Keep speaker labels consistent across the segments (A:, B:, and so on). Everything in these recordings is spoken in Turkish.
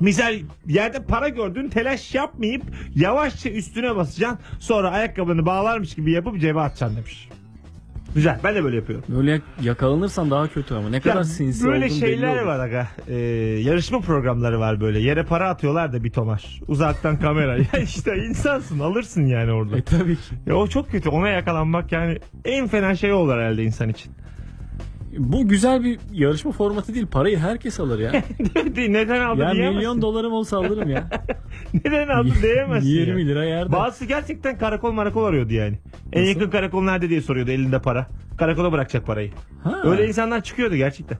A: Misal yerde para gördün telaş yapmayıp yavaşça üstüne basacaksın. Sonra ayakkabını bağlarmış gibi yapıp cebe atacaksın demiş. Güzel ben de böyle yapıyorum.
B: Böyle yakalanırsan daha kötü ama ne kadar
A: Ya
B: sinsi
A: böyle
B: olduğun belli
A: şeyler
B: olur.
A: var aga. Ee, yarışma programları var böyle. Yere para atıyorlar da bir tomar. Uzaktan kamera. ya işte insansın alırsın yani orada.
B: E tabii ki.
A: Ya o çok kötü. Ona yakalanmak yani en fena şey olur herhalde insan için.
B: Bu güzel bir yarışma formatı değil. Parayı herkes alır ya.
A: Neden aldı
B: ya
A: diyemezsin.
B: milyon dolarım olsa alırım ya.
A: Neden aldı diyemezsin.
B: 20
A: ya.
B: lira yerde.
A: Bazısı gerçekten karakol marakol arıyordu yani. En
B: Nasıl?
A: yakın karakol nerede diye soruyordu elinde para. Karakola bırakacak parayı.
B: Ha,
A: Öyle insanlar çıkıyordu gerçekten.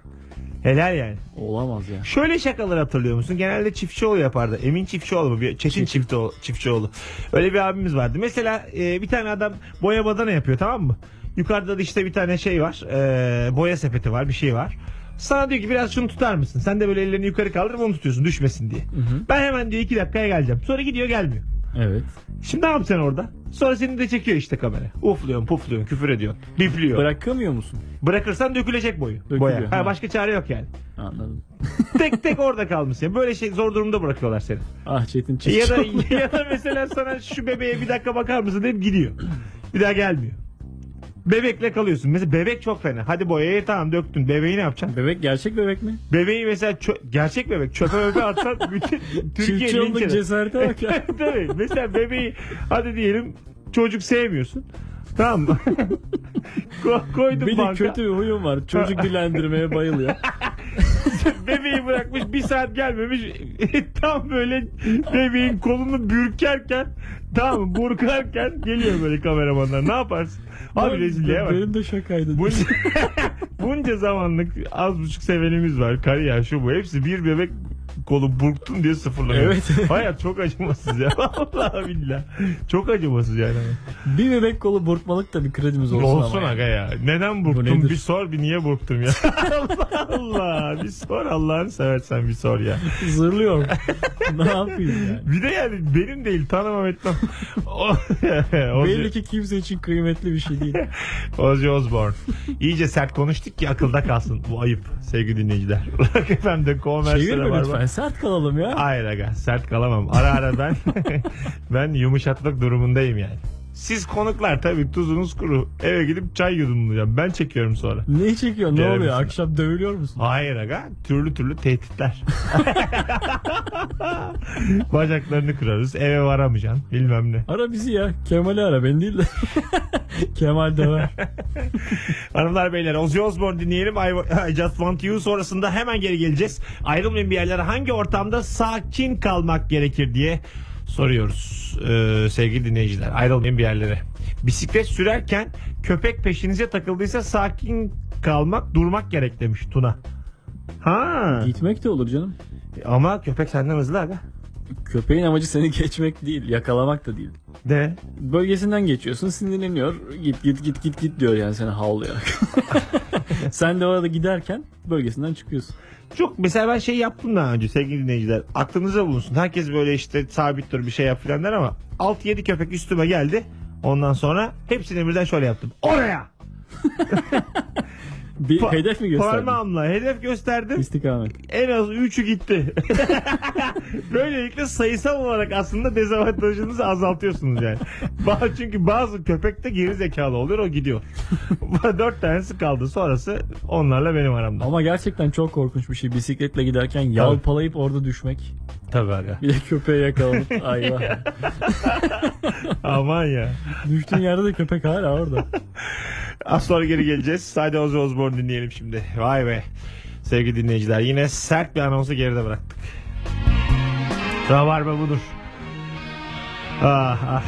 A: Helal yani.
B: Olamaz ya.
A: Şöyle şakalar hatırlıyor musun? Genelde Çiftçioğlu yapardı. Emin Çiftçioğlu mu? Bir- Çetin Çiftçioğlu, Çiftçioğlu. Öyle bir abimiz vardı. Mesela e, bir tane adam boya badana yapıyor tamam mı? Yukarıda da işte bir tane şey var. E, boya sepeti var bir şey var. Sana diyor ki biraz şunu tutar mısın? Sen de böyle ellerini yukarı kaldırıp onu tutuyorsun düşmesin diye. Ben hemen diyor iki dakikaya geleceğim. Sonra gidiyor gelmiyor.
B: Evet.
A: Şimdi ne yapacaksın orada? Sonra seni de çekiyor işte kamera. Ufluyorsun, pufluyorsun, küfür ediyorsun, bipliyor.
B: Bırakamıyor musun?
A: Bırakırsan dökülecek boyu.
B: Dökülüyor,
A: boya. Ha,
B: ha.
A: başka çare yok yani.
B: Anladım.
A: tek tek orada kalmışsın. Yani Böyle şey zor durumda bırakıyorlar seni.
B: Ah Çetin Çiftçi.
A: Ya da ya da mesela sana şu bebeğe bir dakika bakar mısın deyip gidiyor. Bir daha gelmiyor. Bebekle kalıyorsun. Mesela bebek çok fena. Hadi boyayı tamam döktün. Bebeği ne yapacaksın?
B: Bebek gerçek bebek mi?
A: Bebeği mesela çö- gerçek bebek çöpe öpe atsan bütün Türkiye linç
B: Çiftçi
A: eder.
B: cesarete bak ya.
A: Tabii. Mesela bebeği hadi diyelim çocuk sevmiyorsun. Tamam mı? Ko- koydum
B: Benim
A: banka.
B: kötü bir huyum var. Çocuk dilendirmeye bayılıyor.
A: Bebeği bırakmış bir saat gelmemiş. Tam böyle bebeğin kolunu bürkerken tamam mı? burkarken geliyor böyle kameramanlar. Ne yaparsın? Abi rezilliğe bak.
B: Benim de şakaydı.
A: Bunca, bunca zamanlık az buçuk sevenimiz var. Kariyer şu bu. Hepsi bir bebek kolu burktun diye sıfırlanıyor.
B: Evet.
A: Hayat çok acımasız ya. Vallahi billah. Çok acımasız yani.
B: Bir bebek kolu burkmalık da bir kredimiz olsun,
A: Olsun,
B: ama.
A: aga ya. Neden
B: Bu
A: burktum?
B: nedir?
A: Bir sor bir niye burktum ya. Allah Allah. Bir sor Allah'ını seversen bir sor ya.
B: Zırlıyorum. ne yapayım yani?
A: Bir de yani benim değil tanımam etmem. O- Ozzy-
B: Belli ki kimse için kıymetli bir şey değil.
A: Ozzy Osbourne. İyice sert konuştuk ki akılda kalsın. Bu ayıp sevgili dinleyiciler. Rock FM'de konversiyona
B: Çevirme
A: var
B: lütfen
A: mı?
B: sert kalalım ya.
A: Hayır aga sert kalamam. Ara ara ben ben yumuşatmak durumundayım yani. Siz konuklar tabii tuzunuz kuru. Eve gidip çay yudumlayacağım. Ben çekiyorum sonra.
B: Neyi çekiyorsun? Ne
A: Gelelim
B: oluyor?
A: sana.
B: Akşam dövülüyor musun?
A: Hayır aga türlü türlü tehditler. Bacaklarını kırarız eve varamayacaksın bilmem ne.
B: Ara bizi ya. Kemal'i ara. Beni değil de. Kemal döver.
A: Hanımlar beyler Ozzy Osbourne dinleyelim. I, I Just Want You sonrasında hemen geri geleceğiz. Ayrılmayın bir yerlere hangi ortamda sakin kalmak gerekir diye soruyoruz ee, sevgili dinleyiciler. Ayrılmayın bir yerlere. Bisiklet sürerken köpek peşinize takıldıysa sakin kalmak durmak gerek demiş Tuna. Ha
B: Gitmek de olur canım.
A: ama köpek senden hızlı aga.
B: Köpeğin amacı seni geçmek değil. Yakalamak da değil.
A: De.
B: Bölgesinden geçiyorsun. Sinirleniyor. Git git git git git diyor yani sana havlayarak. Sen de orada giderken bölgesinden çıkıyorsun.
A: Çok mesela ben şey yaptım daha önce sevgili dinleyiciler. Aklınıza bulunsun. Herkes böyle işte sabit dur bir şey yap filan der ama 6-7 köpek üstüme geldi. Ondan sonra hepsini birden şöyle yaptım. Oraya!
B: Bir
A: Pa-
B: hedef mi gösterdin?
A: Parmağımla hedef gösterdim.
B: İstikamet.
A: En az 3'ü gitti. Böylelikle sayısal olarak aslında dezavantajınızı azaltıyorsunuz yani. Ba- Çünkü bazı köpek de geri zekalı oluyor o gidiyor. 4 tanesi kaldı sonrası onlarla benim aramda.
B: Ama gerçekten çok korkunç bir şey. Bisikletle giderken yalpalayıp orada düşmek.
A: Tabii aga.
B: Bir de köpeğe yakalanıp ayva.
A: Aman ya.
B: Düştüğün yerde de köpek hala orada.
A: Az sonra geri geleceğiz. Sadece Ozzy Osbourne dinleyelim şimdi. Vay be. Sevgili dinleyiciler yine sert bir anonsu geride bıraktık. Rabarba budur. Ah ah.